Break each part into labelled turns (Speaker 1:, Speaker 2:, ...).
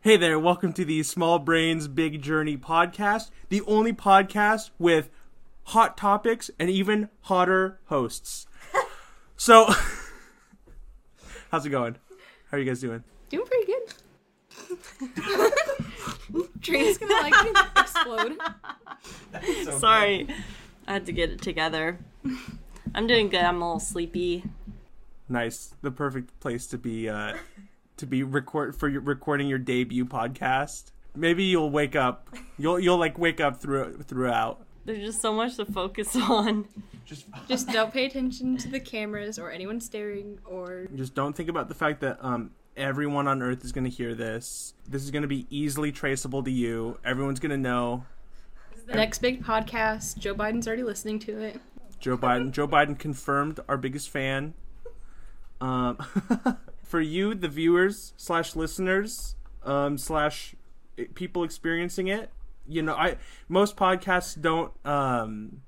Speaker 1: Hey there, welcome to the Small Brains Big Journey podcast, the only podcast with hot topics and even hotter hosts. so, how's it going? How are you guys doing?
Speaker 2: Doing pretty good.
Speaker 3: Trina's gonna like explode.
Speaker 2: Sorry. I had to get it together. I'm doing good. I'm a little sleepy.
Speaker 1: Nice. The perfect place to be uh to be record for your recording your debut podcast. Maybe you'll wake up. You'll you'll like wake up through throughout.
Speaker 2: There's just so much to focus on.
Speaker 1: Just
Speaker 3: Just don't pay attention to the cameras or anyone staring or
Speaker 1: just don't think about the fact that um everyone on earth is going to hear this. This is going to be easily traceable to you. Everyone's going to know
Speaker 3: the next big podcast. Joe Biden's already listening to it.
Speaker 1: Joe Biden. Joe Biden confirmed our biggest fan. Um, for you, the viewers slash listeners um, slash people experiencing it, you know, I most podcasts don't. Um,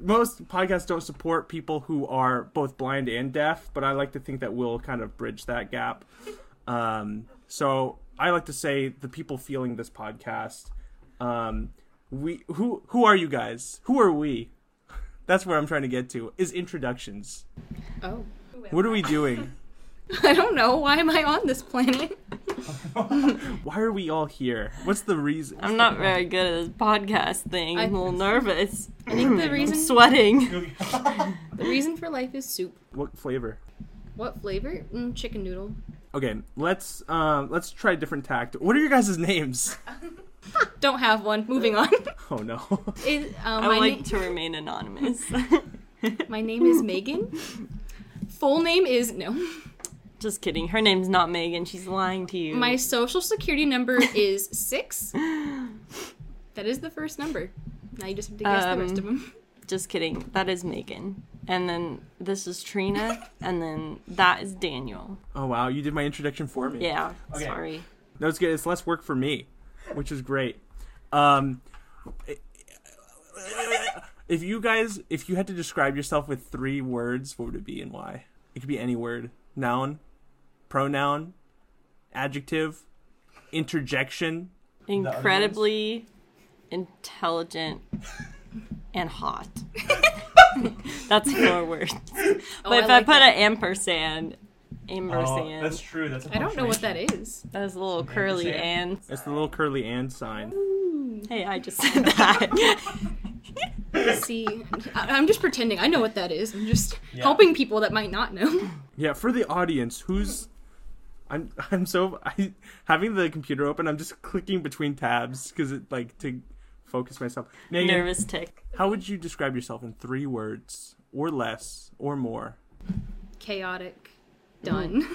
Speaker 1: most podcasts don't support people who are both blind and deaf, but I like to think that we'll kind of bridge that gap. Um, so I like to say the people feeling this podcast. Um, we who who are you guys? Who are we? That's where I'm trying to get to is introductions.
Speaker 3: Oh.
Speaker 1: What are we doing?
Speaker 3: I don't know. Why am I on this planet?
Speaker 1: Why are we all here? What's the reason?
Speaker 2: I'm not very good at this podcast thing. I'm a little nervous.
Speaker 3: I think the
Speaker 2: I'm
Speaker 3: reason
Speaker 2: sweating.
Speaker 3: the reason for life is soup.
Speaker 1: What flavor?
Speaker 3: What flavor? Mm, chicken noodle.
Speaker 1: Okay, let's um let's try a different tact. What are your guys' names?
Speaker 3: Don't have one. Moving on.
Speaker 1: Oh no.
Speaker 3: It- uh,
Speaker 2: I
Speaker 3: my,
Speaker 2: like
Speaker 3: na-
Speaker 2: to remain anonymous.
Speaker 3: my name is Megan. Full name is no.
Speaker 2: just kidding. Her name's not Megan. She's lying to you.
Speaker 3: My social security number is six. That is the first number. Now you just have to guess the rest of them.
Speaker 2: Just kidding. That is Megan. And then this is Trina. and then that is Daniel.
Speaker 1: Oh wow, you did my introduction for me.
Speaker 2: Yeah. Sorry.
Speaker 1: That was good. It's less work for me, which is great. Um, if you guys, if you had to describe yourself with three words, what would it be and why? It could be any word: noun, pronoun, adjective, interjection.
Speaker 2: incredibly intelligent and hot. That's four words. But if I,
Speaker 3: like
Speaker 2: put
Speaker 3: that.
Speaker 2: an ampersand, ampersand, Oh,
Speaker 1: Oh,
Speaker 2: that's,
Speaker 4: true. That's
Speaker 3: I don't know what that is.
Speaker 2: a little curly and.
Speaker 4: ampersand.
Speaker 1: It's the little curly and sign.
Speaker 2: Hey, I just said that.
Speaker 3: See, I- I'm just pretending I know what that is. I'm just helping people that might not know.
Speaker 1: Yeah, for the audience, who's I'm I'm so I having the computer open. I'm just clicking between tabs because it like to focus myself. Megan,
Speaker 2: Nervous tick.
Speaker 1: How would you describe yourself in three words or less or more?
Speaker 3: Chaotic. Done.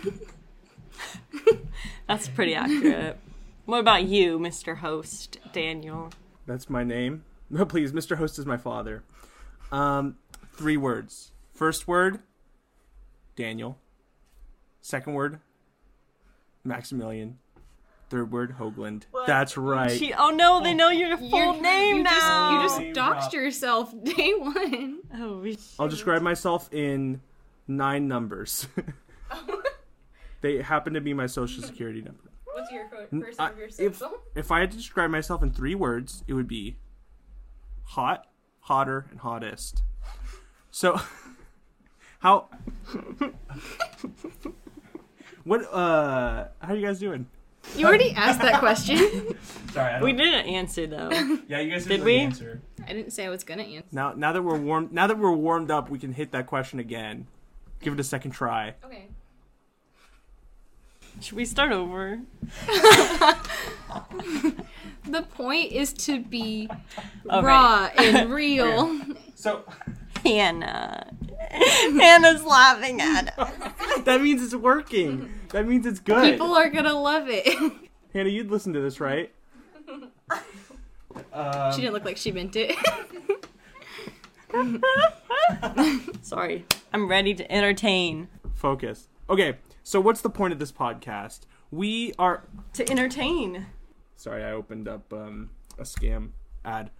Speaker 2: That's pretty accurate. What about you, Mr. Host Daniel?
Speaker 1: That's my name. No, please, Mr. Host is my father. Um, three words. First word, Daniel. Second word, Maximilian. Third word, Hoagland. That's right.
Speaker 2: She, oh no, they know your full
Speaker 3: Your
Speaker 2: name
Speaker 3: you
Speaker 2: now.
Speaker 3: Just, you
Speaker 4: Name
Speaker 3: just doxed
Speaker 4: drop.
Speaker 3: yourself day one.
Speaker 2: oh, we-
Speaker 1: I'll describe myself in nine numbers. they happen to be my social security number.
Speaker 3: What's your
Speaker 1: first I- of your if- social? If I had to describe myself in three words, it would be hot, hotter, and hottest. So, how? what? Uh, how are you guys doing?
Speaker 3: You already asked that question.
Speaker 4: Sorry, I
Speaker 2: we didn't answer though.
Speaker 4: Yeah, you guys
Speaker 2: did really we?
Speaker 4: answer.
Speaker 3: I didn't say I was gonna answer.
Speaker 1: Now, now that we're warm, now that we're warmed up, we can hit that question again. Give it a second try.
Speaker 3: Okay.
Speaker 2: Should we start over?
Speaker 3: The point is to be
Speaker 2: All
Speaker 3: raw and real.
Speaker 4: So,
Speaker 2: Hannah. Hannah's laughing at us.
Speaker 1: That means it's working. That means it's good.
Speaker 3: People are gonna love it. she
Speaker 1: Hannah, you'd listen to this, right?
Speaker 4: um,
Speaker 3: didn't look like she meant it.
Speaker 2: Sorry, I'm ready to entertain.
Speaker 1: Focus. Okay, so what's the point of this podcast? We are.
Speaker 2: To entertain.
Speaker 1: Sorry, I opened up um, a scam ad.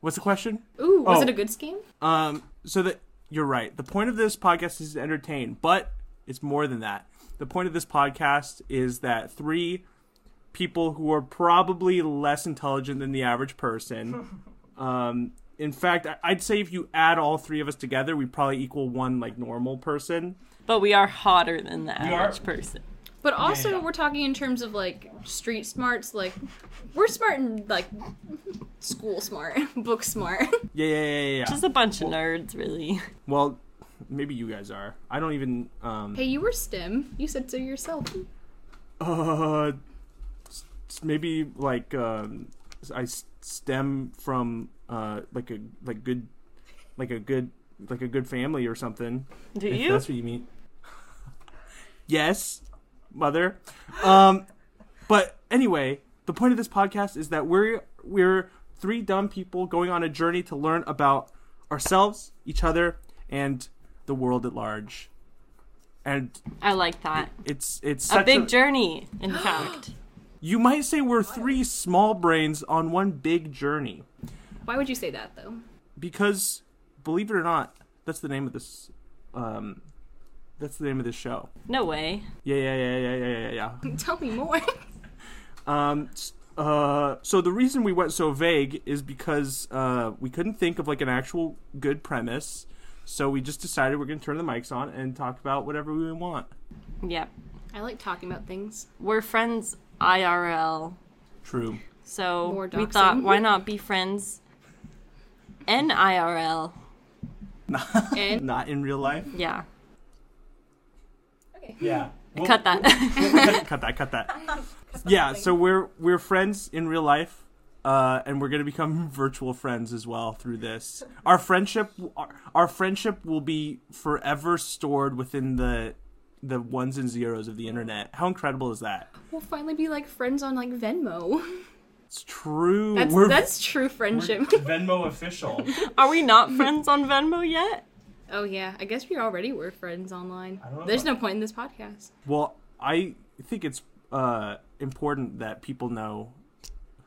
Speaker 1: What's the question?
Speaker 3: Ooh, was
Speaker 1: Oh.
Speaker 3: it a good scheme?
Speaker 1: Um, so that you're right. The point of this podcast is to entertain, but it's more than that. The point of this podcast is that three people who are probably less intelligent than the average person. Um, in fact, I- I'd say if you add all three of us together, we probably equal one like normal person.
Speaker 2: But we are hotter than the
Speaker 4: are-
Speaker 2: average person.
Speaker 3: But also,
Speaker 4: yeah.
Speaker 3: we're talking in terms of like street smarts. Like, we're smart and like school smart, book smart.
Speaker 1: Yeah, yeah, yeah, yeah. yeah.
Speaker 2: Just a bunch of nerds, really.
Speaker 1: Well, maybe you guys are. I don't even. Um,
Speaker 3: hey, you were STEM. You said so yourself.
Speaker 1: Uh, s- s- maybe like um, s- I s- stem from uh like a like good, like a good like a good family or something.
Speaker 2: Do
Speaker 1: If
Speaker 2: you?
Speaker 1: that's what you mean. yes, mother. Um, but anyway, the point of this podcast is that we're we're three dumb people going on a journey to learn about ourselves, each other, and the world at large. And
Speaker 2: I like that.
Speaker 1: it's it's
Speaker 2: A
Speaker 1: such
Speaker 2: big journey, in fact.
Speaker 1: you might say we're three small brains on one big journey
Speaker 3: Why would you say that though?
Speaker 1: because, believe it or not, that's the name of this. Um, that's the name of this show.
Speaker 2: No way.
Speaker 1: Yeah, yeah, yeah, yeah, yeah, yeah, yeah.
Speaker 3: Tell me more.
Speaker 1: Um, s- uh, so the reason we went so vague is because uh, we couldn't think of like an actual good premise, so we just decided we're gonna turn the mics on and talk about whatever we want.
Speaker 2: Yep.
Speaker 3: I like talking about things.
Speaker 2: We're friends IRL.
Speaker 1: True.
Speaker 2: So
Speaker 3: More
Speaker 2: we
Speaker 3: doxing.
Speaker 2: thought, why not be friends NIRL?
Speaker 3: And
Speaker 1: Not in real life.
Speaker 2: Yeah.
Speaker 4: Yeah. We'll-
Speaker 2: Cut that.
Speaker 1: cut that. Cut that. yeah. So we're we're friends in real life. Uh, and we're gonna become virtual friends as well through this. Our friendship, our, our friendship will be forever stored within the the ones and zeros of the internet. How incredible is that?
Speaker 3: we'll finally be like friends on like Venmo.
Speaker 1: It's true.
Speaker 3: That's
Speaker 1: We're-
Speaker 3: that's true friendship.
Speaker 4: Venmo official.
Speaker 2: Are we not friends on Venmo yet?
Speaker 3: Oh yeah, I guess we already were friends online.
Speaker 4: don't know
Speaker 3: There's
Speaker 4: about-
Speaker 3: no point in this podcast.
Speaker 1: Well, I think it's uh, important that people know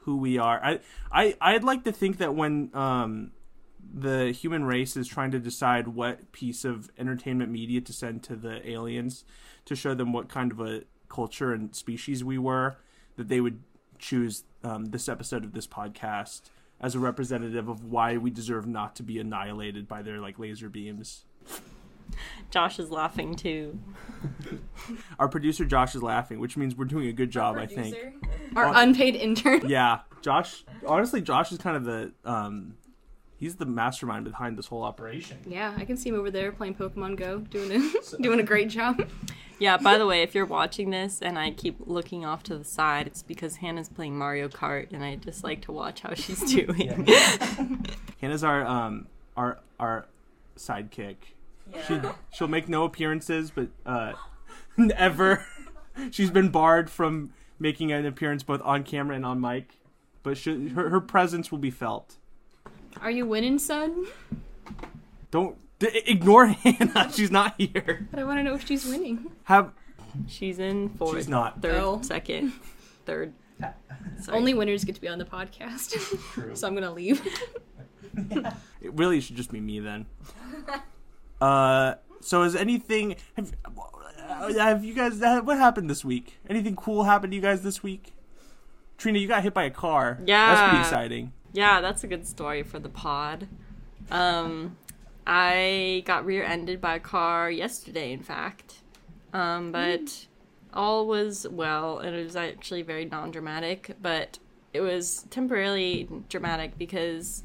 Speaker 1: who we are. I, I, I'd like to think that when um, the human race is trying to decide what piece of entertainment media to send to the aliens to show them what kind of a culture and species we were, that they would choose um, this episode of this podcast as a representative of why we deserve not to be annihilated by their like laser beams.
Speaker 2: Josh is laughing too.
Speaker 1: Our producer Josh is laughing, which means we're doing a good job, I think.
Speaker 3: Our unpaid intern.
Speaker 1: yeah josh honestly josh is kind of the um he's the mastermind behind this whole operation
Speaker 4: Operation.
Speaker 3: Yeah, I can see him over there playing Pokemon Go, doing a doing a great job.
Speaker 2: Yeah, by the way, if you're watching this and I keep looking off to the side, it's because Hannah's playing Mario Kart and I just like to watch how she's doing.
Speaker 1: hannah's our um our our sidekick she she'll make no appearances but uh ever she's been barred from making an appearance both on camera and on mic but she, her, her presence will be felt
Speaker 3: Are you winning, son?
Speaker 1: don't d- ignore hannah she's not here
Speaker 3: But I want to know if she's winning.
Speaker 1: have
Speaker 2: She's in fourth,
Speaker 1: she's not
Speaker 2: third,
Speaker 3: Oh.
Speaker 2: second, third. Sorry.
Speaker 3: Only winners get to be on the podcast,
Speaker 4: True.
Speaker 3: so I'm gonna leave.
Speaker 1: It really should just be me then. uh, so is anything? Have, uh, have you guys? What happened this week? Anything cool happened to you guys this week? Trina, you got hit by a car. that's pretty
Speaker 2: Yeah.
Speaker 1: exciting.
Speaker 2: Yeah, that's a good story for the pod. Um, I got rear-ended by a car yesterday, in fact. Um, but all was well, and it was actually very non-dramatic. But it was temporarily dramatic because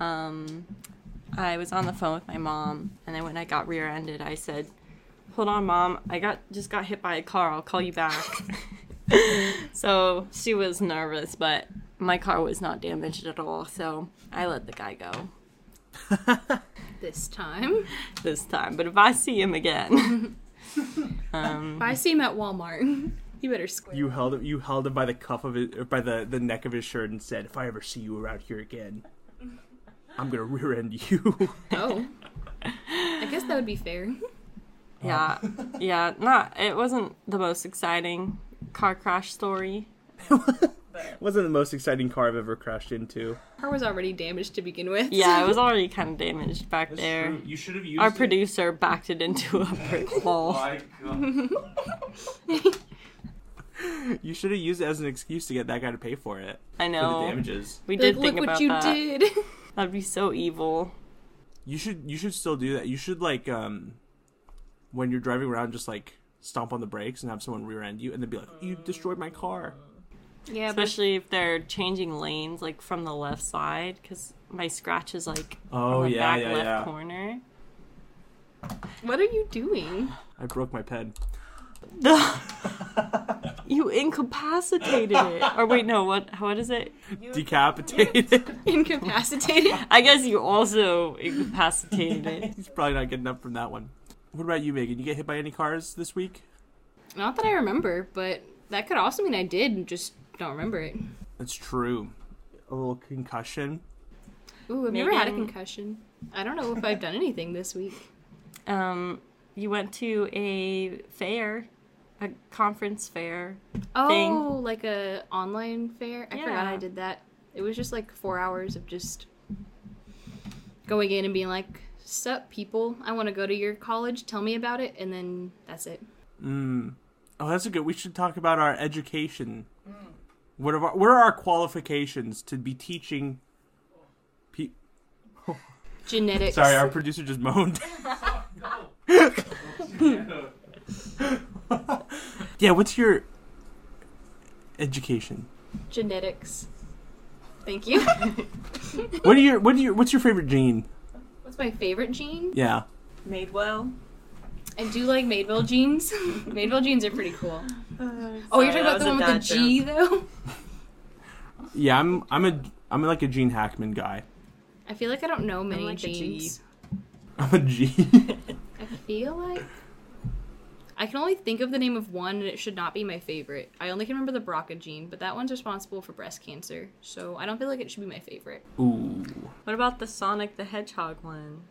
Speaker 2: um, I was on the phone with my mom, and then when I got rear-ended, I said, "Hold on, mom, I got just got hit by a car. I'll call you back." so she was nervous, but my car was not damaged at all, so I let the guy go
Speaker 3: This time,
Speaker 2: this time. But if I see him again, um,
Speaker 3: if I see him at Walmart, you better square.
Speaker 1: You held you held him by the cuff of it, or by the the neck of his shirt, and said, "If I ever see you around here again, I'm gonna rear end you."
Speaker 3: Oh, I guess that would be fair.
Speaker 2: yeah, yeah, not. It wasn't the most exciting car crash story.
Speaker 1: Wasn't the most exciting car I've ever crashed into.
Speaker 3: Car was already damaged to begin with.
Speaker 2: Yeah, it was already kind of damaged back
Speaker 4: That's
Speaker 2: there.
Speaker 4: true. You should have used
Speaker 2: Our
Speaker 4: it.
Speaker 2: producer backed it into a brick
Speaker 4: Oh
Speaker 2: wall.
Speaker 4: my god.
Speaker 1: you should have used it as an excuse to get that guy to pay for it.
Speaker 2: I
Speaker 1: For the
Speaker 2: know.
Speaker 1: damages.
Speaker 2: We
Speaker 3: Like,
Speaker 2: did
Speaker 3: look
Speaker 2: think
Speaker 3: what
Speaker 2: about
Speaker 3: you
Speaker 2: that.
Speaker 3: did.
Speaker 2: That'd be so evil.
Speaker 1: You should you should still do that. You should like um when you're driving around just like stomp on the brakes and have someone rear end you and then be like, You destroyed my car.
Speaker 3: yeah, but
Speaker 2: Especially if they're changing lanes, like from the left side, because my scratch is like
Speaker 1: Oh
Speaker 2: on the
Speaker 1: yeah,
Speaker 2: back
Speaker 1: yeah,
Speaker 2: left
Speaker 1: yeah.
Speaker 2: corner.
Speaker 3: what are you doing?
Speaker 1: I broke my pen.
Speaker 2: you incapacitated it. Or wait, no. What? What is it?
Speaker 1: Decapitated.
Speaker 3: Incapacitated.
Speaker 2: I guess you also incapacitated it.
Speaker 1: He's probably not getting up from that one. What about you, Megan? You get hit by any cars this week?
Speaker 3: Not that I remember, but that could also mean I did and just don't remember it.
Speaker 1: That's true. A little concussion.
Speaker 3: Ooh, I've never had a
Speaker 2: Megan-
Speaker 3: concussion. I don't know if I've done anything this week.
Speaker 2: Um, you went to a fair, a conference fair.
Speaker 3: Oh,
Speaker 2: Thing.
Speaker 3: like a online fair. I forgot
Speaker 2: Yeah.
Speaker 3: I did that. It was just like four hours of just going in and being like, "Sup, people? I want to go to your college. Tell me about it." And then that's it.
Speaker 1: Mm. Oh, that's a good. We should talk about our education. What are our, what are our qualifications to be teaching? Pe-
Speaker 3: Genetics.
Speaker 1: Sorry, our producer just moaned. yeah, what's your education?
Speaker 3: Genetics. Thank you.
Speaker 1: What are your what do you what's your favorite gene?
Speaker 3: What's my favorite gene?
Speaker 1: Yeah,
Speaker 2: Made well.
Speaker 3: I do like Madeville jeans. Madeville jeans are pretty cool.
Speaker 2: Uh,
Speaker 3: oh, you're talking about the one with the G though.
Speaker 1: yeah. I'm I'm a I'm like a Gene Hackman guy.
Speaker 3: I feel like I don't know many
Speaker 2: like a G.
Speaker 3: genes.
Speaker 1: I'm a G.
Speaker 3: I feel like I can only think of the name of one, and it should not be my favorite. I only can remember the BRCA gene, but that one's responsible for breast cancer, so I don't feel like it should be my favorite.
Speaker 1: Ooh.
Speaker 2: What about the Sonic the Hedgehog one?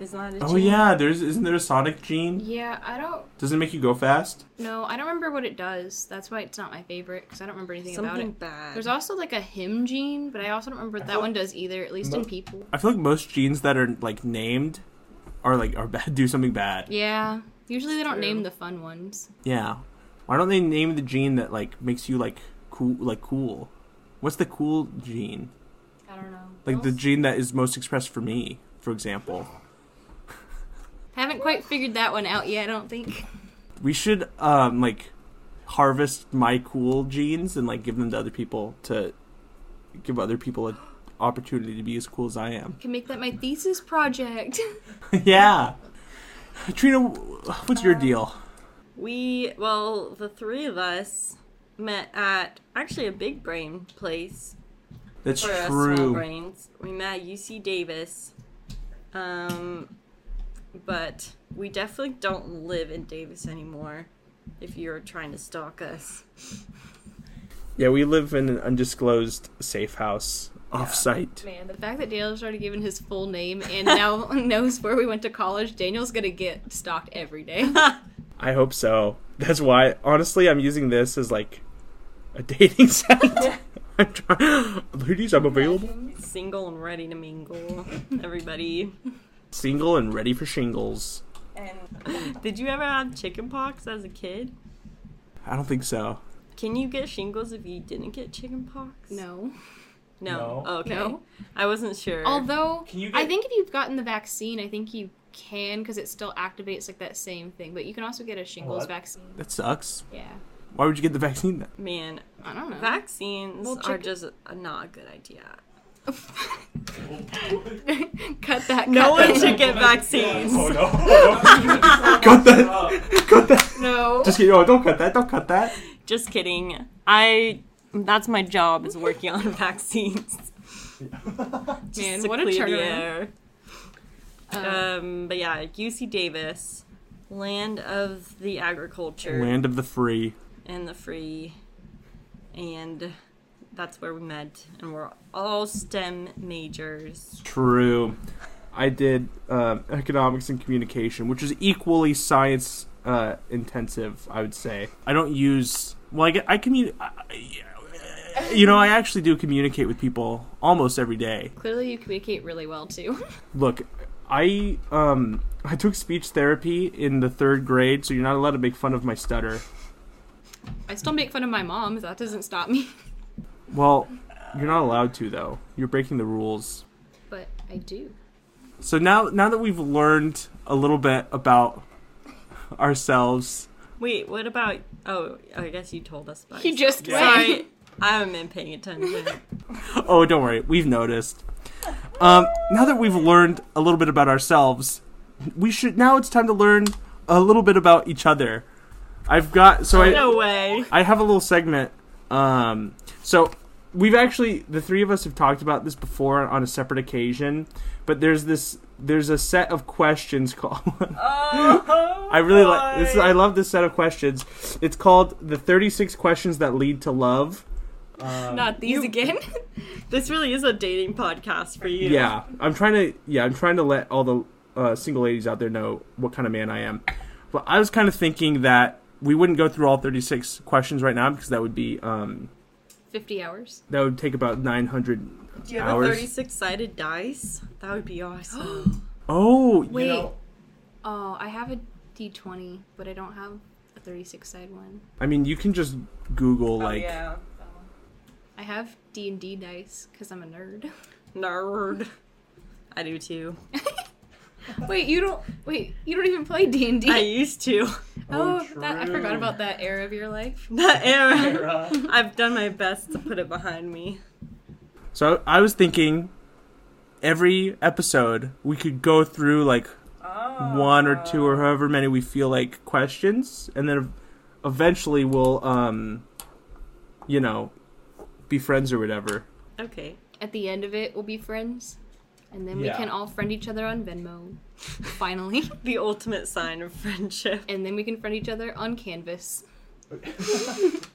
Speaker 2: Is not a
Speaker 1: Oh
Speaker 2: gene?
Speaker 1: yeah, there's isn't there a Sonic gene?
Speaker 3: Yeah, I don't
Speaker 1: Does it make you go fast?
Speaker 3: know. I don't remember what it does. That's why it's not my favorite because I don't remember anything about
Speaker 2: Something
Speaker 3: it.
Speaker 2: bad.
Speaker 3: There's also like a him gene, but I also don't remember what that one does either. At least in people.
Speaker 1: I feel like most genes that are like named are like are bad, do something bad.
Speaker 3: Yeah. Usually they don't
Speaker 2: True.
Speaker 3: name the fun ones.
Speaker 1: Yeah. Why don't they name the gene that like makes you like cool like cool? What's the cool gene?
Speaker 3: I don't know.
Speaker 1: Like the gene that is most expressed for me, for example.
Speaker 3: Haven't quite figured that one out yet. I don't think.
Speaker 1: We should um like harvest my cool genes and like give them to other people to give other people an opportunity to be as cool as I am.
Speaker 3: Can make that my thesis project.
Speaker 1: yeah. Trina, what's your deal?
Speaker 2: We, well, the three of us met at actually a big brain place
Speaker 1: That's
Speaker 2: for us small
Speaker 1: true.
Speaker 2: brains. We met at UC Davis. Um, but we definitely don't live in Davis anymore if you're trying to stalk us.
Speaker 1: Yeah, we live in an undisclosed safe house off-site.
Speaker 3: Man, the fact that Daniel's already given his full name and now knows where we went to college, Daniel's gonna get stalked every day.
Speaker 1: I hope so. That's why, honestly, I'm using this as like a dating site. I'm trying. Ladies, I'm available.
Speaker 2: Single and ready to mingle, everybody.
Speaker 1: Single and ready for shingles.
Speaker 2: Did you ever have chicken pox as a kid?
Speaker 1: I don't think so.
Speaker 2: Can you get shingles if you didn't get chicken pox?
Speaker 3: No.
Speaker 2: No. Oh,
Speaker 4: No.
Speaker 2: Okay.
Speaker 3: No.
Speaker 2: I wasn't sure.
Speaker 3: Although,
Speaker 4: Can you
Speaker 3: I
Speaker 4: get-
Speaker 3: think if you've gotten the vaccine, I think you can because it still activates like that same thing. But you can also get a shingles
Speaker 4: What?
Speaker 3: vaccine.
Speaker 1: That sucks.
Speaker 3: Yeah.
Speaker 1: Why would you get the vaccine then?
Speaker 2: Man,
Speaker 3: I don't know.
Speaker 2: vaccines
Speaker 3: Well,
Speaker 2: are
Speaker 3: chicken-
Speaker 2: just a, not a good idea.
Speaker 3: cut that.
Speaker 2: No
Speaker 3: cut
Speaker 2: one
Speaker 3: that.
Speaker 2: should get vaccines.
Speaker 4: Oh no!
Speaker 1: Cut that! Cut that!
Speaker 3: No.
Speaker 1: Just kidding. Oh, don't cut that. Don't cut that.
Speaker 2: Just kidding. I that's my job is working on vaccines. Just
Speaker 3: Man,
Speaker 2: to
Speaker 3: what a
Speaker 2: clear the
Speaker 3: turnaround.
Speaker 2: air.
Speaker 3: Uh,
Speaker 2: Um, but yeah, UC Davis, land of the agriculture
Speaker 1: Land of the free.
Speaker 2: and the free, and that's where we met, and we're all STEM majors.
Speaker 1: True. I did um, economics and communication, which is equally science uh, intensive. I would say I don't use well. I get I commun- I- I- You know, I actually do communicate with people almost every day.
Speaker 3: clearly, you communicate really well too.
Speaker 1: Look, I um I took speech therapy in the third grade, so you're not allowed to make fun of my stutter.
Speaker 3: I still make fun of my mom. That doesn't stop me.
Speaker 1: Well, you're not allowed to though. You're breaking the rules.
Speaker 3: But I do.
Speaker 1: So now now that we've learned a little bit about ourselves,
Speaker 2: Wait, what about? Oh, I guess you told us about.
Speaker 3: You just
Speaker 2: yourself.
Speaker 3: went.
Speaker 2: Sorry, I haven't been paying attention.
Speaker 1: oh, don't worry, we've noticed. Um, now that we've learned a little bit about ourselves, we should now it's time to learn a little bit about each other. I've got so I
Speaker 2: no way.
Speaker 1: I have a little segment. Um, so we've actually the three of us have talked about this before on a separate occasion, but there's this there's a set of questions called.
Speaker 2: Oh,
Speaker 1: I really like this. I love this set of questions. It's called the 36 questions that lead to love. Um,
Speaker 3: Not these again.
Speaker 2: This really is a dating podcast for you.
Speaker 1: yeah, I'm trying to. Yeah, I'm trying to let all the uh, single ladies out there know what kind of man I am. But I was kind of thinking that we wouldn't go through all 36 questions right now because that would be um,
Speaker 3: 50 hours.
Speaker 1: that would take about 900
Speaker 2: Do you have
Speaker 1: Hours.
Speaker 2: a 36 sided dice? That would be awesome.
Speaker 1: Oh, you
Speaker 3: Wait.
Speaker 1: know-
Speaker 3: Oh, I have a D20, but I don't have a 36 side one.
Speaker 1: I mean, you can just Google
Speaker 2: Oh,
Speaker 1: like
Speaker 3: I have D&D dice cuz I'm a nerd.
Speaker 2: Nerd. I do too.
Speaker 3: wait, you don't Wait, you don't even play D&D.
Speaker 2: I used to.
Speaker 3: oh,
Speaker 1: Oh,
Speaker 3: that I
Speaker 1: true.
Speaker 3: forgot about that era of your life.
Speaker 2: That era. I've done my best to put it behind me.
Speaker 1: So I was thinking, every episode we could go through like one or two or however many we feel like questions, and then eventually we'll um, you know, be friends or whatever.
Speaker 2: Okay.
Speaker 3: At the end of it, we'll be friends. And then
Speaker 1: Yeah.
Speaker 3: we can all friend each other on Venmo. Finally.
Speaker 2: The ultimate sign of friendship.
Speaker 3: And then we can friend each other on Canvas.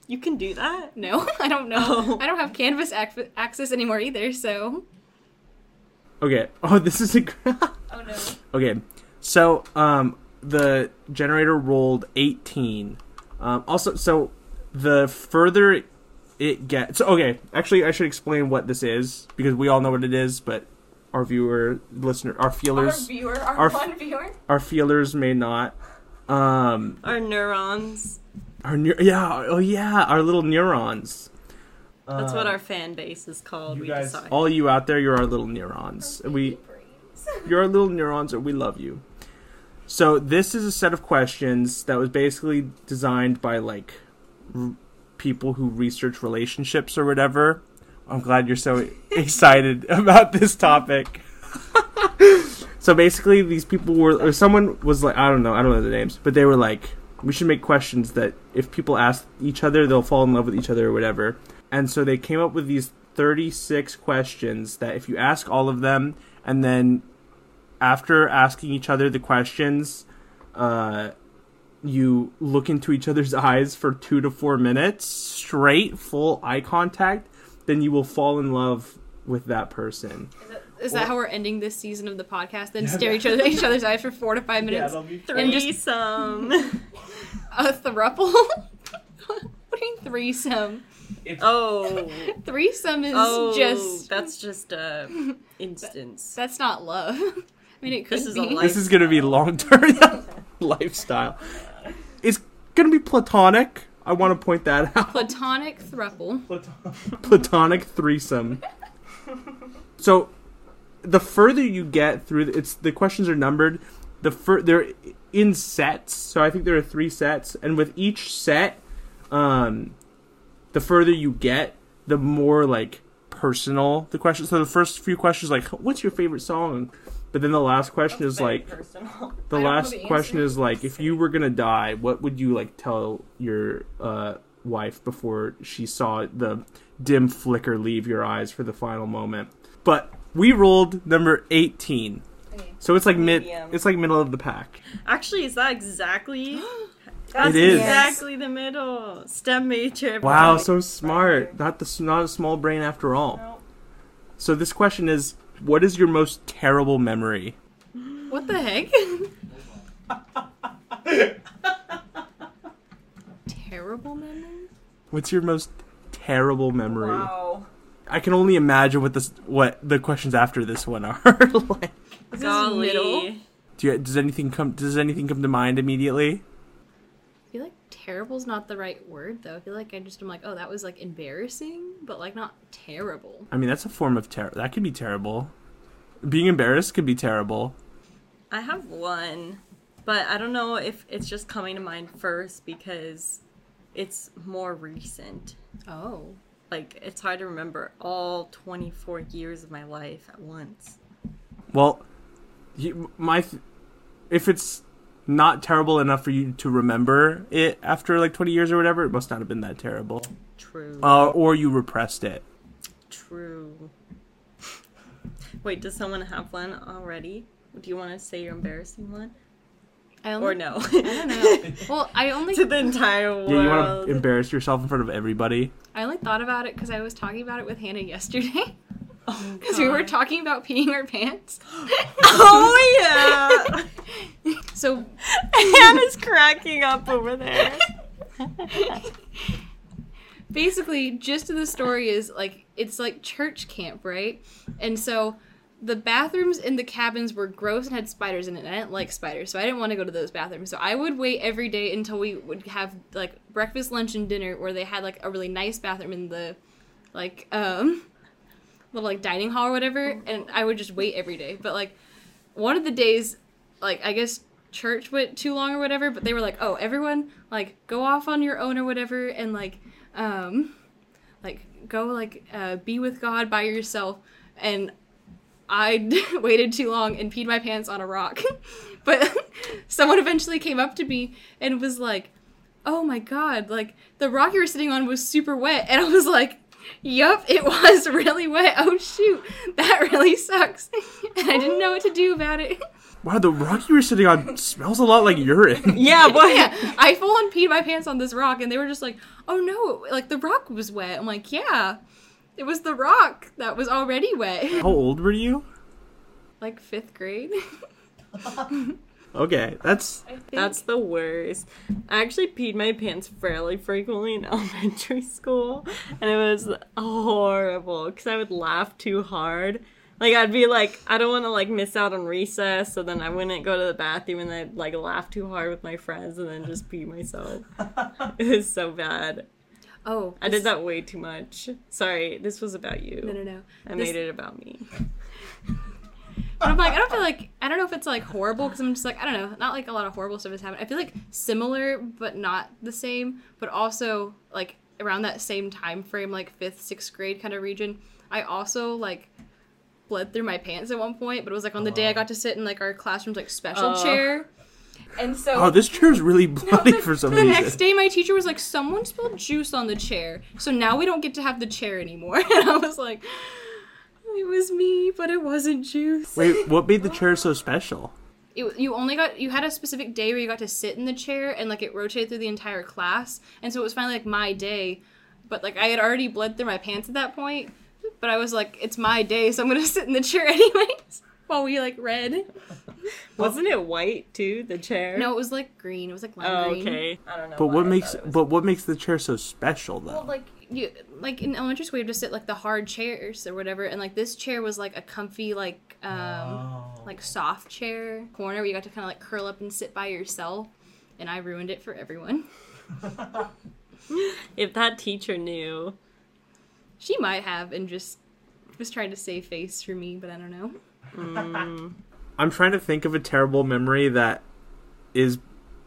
Speaker 2: You can do that?
Speaker 3: No, I don't know.
Speaker 2: Oh.
Speaker 3: I don't have Canvas ac- access anymore either, so.
Speaker 1: Okay. Oh, this is a.
Speaker 3: Oh no.
Speaker 1: Okay, so um, the generator rolled eighteen. Um, also, so the further it gets, okay. Actually, I should explain what this is because we all know what it is, but our viewer, listener, our feelers,
Speaker 3: viewer, our,
Speaker 1: our-
Speaker 3: one viewer.
Speaker 1: our feelers may not. Um,
Speaker 2: Our neurons.
Speaker 1: our neu- yeah, oh yeah, our little neurons. Uh,
Speaker 2: That's what our fan base is called. We decide.
Speaker 1: all you out there, you're our little neurons. And we, you're our little neurons, and we love you. So this is a set of questions that was basically designed by like r- people who research relationships or whatever. I'm glad you're so excited about this topic. so basically, these people were, or someone was like, I don't know, I don't know the names, but they were like, we should make questions that if people ask each other, they'll fall in love with each other or whatever. And so they came up with these 36 questions that if you ask all of them, and then after asking each other the questions, uh, you look into each other's eyes for two to four minutes straight, full eye contact, then you will fall in love with that person.
Speaker 3: Is that how we're ending this season of the podcast? Then stare each other each other's eyes for four to five minutes. and just-
Speaker 2: Threesome.
Speaker 3: a thruple. what do you mean threesome?
Speaker 2: oh.
Speaker 3: Threesome is
Speaker 2: Oh.
Speaker 3: just
Speaker 2: That's just a instance.
Speaker 3: that's not love. I mean, it could
Speaker 2: This is
Speaker 3: be.
Speaker 2: a life-
Speaker 1: this is going to be long term lifestyle. It's going to be platonic. I want to point that out.
Speaker 3: platonic thruple.
Speaker 1: platonic threesome. so, the further you get through, the, it's the questions are numbered. The fur they're in sets, so I think there are three sets, and with each set, um, the further you get, the more like personal the question. So the first few questions like, "What's your favorite song?" But then the last question is like,
Speaker 2: personal.
Speaker 1: the
Speaker 3: I don't know
Speaker 1: last
Speaker 3: the
Speaker 1: question
Speaker 3: answer.
Speaker 1: is like, if you were gonna die, what would you like tell your uh, wife before she saw the dim flicker leave your eyes for the final moment? But we rolled number eighteen, so it's like mid,
Speaker 2: Medium.
Speaker 1: it's like middle of the pack.
Speaker 2: Actually, is that exactly? That's
Speaker 1: is.
Speaker 2: exactly the middle. STEM major.
Speaker 1: Wow, so smart. Not the s- not a small brain after all.
Speaker 2: Nope.
Speaker 1: So this question is, what is your most terrible memory?
Speaker 3: What the heck? Terrible memory.
Speaker 1: What's your most terrible memory?
Speaker 2: Wow.
Speaker 1: I can only imagine what this what the questions after this one are like.
Speaker 3: Is this
Speaker 2: Golly.
Speaker 3: middle?
Speaker 1: Do you, does anything come? Does anything come to mind immediately?
Speaker 3: I feel like terrible's not the right word though. I feel like I just am like, oh, that was like embarrassing, but like not terrible.
Speaker 1: I mean, that's a form of terror. That could be terrible. Being embarrassed could be terrible.
Speaker 2: I have one, but I don't know if it's just coming to mind first because it's more recent.
Speaker 3: Oh,
Speaker 2: Like, it's hard to remember all 24 years of my life at once.
Speaker 1: Well, you, my th- if it's not terrible enough for you to remember it after like 20 years or whatever, it must not have been that terrible.
Speaker 2: True.
Speaker 1: Uh, or you repressed it.
Speaker 2: True. Wait, does someone have one already? Do you want to say your embarrassing one?
Speaker 3: I only
Speaker 2: Or no?
Speaker 3: I don't know. well, I only
Speaker 2: to the entire world.
Speaker 1: Yeah, you want to embarrass yourself in front of everybody.
Speaker 3: I only thought about it because I was talking about it with Hannah yesterday
Speaker 2: Oh,
Speaker 3: because we were
Speaker 2: God.
Speaker 3: talking about peeing our pants.
Speaker 2: Oh, yeah!
Speaker 3: So
Speaker 2: Hannah's cracking up over there.
Speaker 3: basically gist of the story is like it's like church camp right and so the bathrooms in the cabins were gross and had spiders in it and i didn't like spiders so i didn't want to go to those bathrooms so i would wait every day until we would have like breakfast lunch and dinner where they had like a really nice bathroom in the like um little like dining hall or whatever and i would just wait every day but like one of the days like i guess church went too long or whatever but they were like oh everyone like go off on your own or whatever and like um like go like uh, be with god by yourself and i waited too long and peed my pants on a rock but someone eventually came up to me and was like oh my god like the rock you were sitting on was super wet and i was like Yup, it was really wet. Oh shoot, that really sucks. And I didn't know what to do about it.
Speaker 1: Wow, the rock you were sitting on smells a lot like urine.
Speaker 2: Yeah, what?
Speaker 3: yeah, I full on peed my pants on this rock, and they were just like, "Oh no!" Like the rock was wet. I'm like, "Yeah, it was the rock that was already wet."
Speaker 1: How old were you?
Speaker 3: Like fifth grade.
Speaker 1: Okay, that's
Speaker 3: I think.
Speaker 2: That's the worst. I actually peed my pants fairly frequently in elementary school, and it was horrible because I would laugh too hard. Like I'd be like, I don't want to like miss out on recess, so then I wouldn't go to the bathroom, and I'd like laugh too hard with my friends, and then just pee myself. it was so bad.
Speaker 3: oh,
Speaker 2: I
Speaker 3: this-
Speaker 2: did that way too much. Sorry, this was about you.
Speaker 3: No, no, no.
Speaker 2: I
Speaker 3: This-
Speaker 2: made it about me.
Speaker 3: But I'm like, I don't feel like I don't know if it's like horrible because I'm just like I don't know, not like a lot of horrible stuff has happened. I feel like similar but not the same, but also like around that same time frame, like fifth, sixth grade kind of region. I also like bled through my pants at one point, but it was like on the day I got to sit in like our classroom's like special
Speaker 2: Oh.
Speaker 3: chair, and so
Speaker 1: oh, this chair is really bloody
Speaker 3: the-
Speaker 1: for some
Speaker 3: the
Speaker 1: reason.
Speaker 3: next day, my teacher was like, "Someone spilled juice on the chair, so now we don't get to have the chair anymore." And I was like, "It was me, but it wasn't juice."
Speaker 1: Wait, what made the chair so special?
Speaker 3: It, you only got you had a specific day where you got to sit in the chair, and like it rotated through the entire class, and so it was finally like my day. But like I had already bled through my pants at that point, but I was like, "It's my day, so I'm gonna sit in the chair anyways." While we like read.
Speaker 2: Wasn't it white too? The chair.
Speaker 3: No, it was like green. It was like lime
Speaker 2: Oh,
Speaker 3: green.
Speaker 2: okay. I don't know.
Speaker 1: But
Speaker 2: why
Speaker 1: what
Speaker 2: I
Speaker 1: makes
Speaker 2: thought it was-
Speaker 1: but what makes the chair so special though?
Speaker 3: Well, like you, like in elementary school, you just sit like the hard chairs or whatever, and like this chair was like a comfy, like um,
Speaker 2: Oh.
Speaker 3: like soft chair corner where you got to kind of like curl up and sit by yourself. And I ruined it for everyone.
Speaker 2: If that teacher knew,
Speaker 3: She might have and just was trying to save face for me, but I don't know.
Speaker 1: I'm trying to think of a terrible memory that is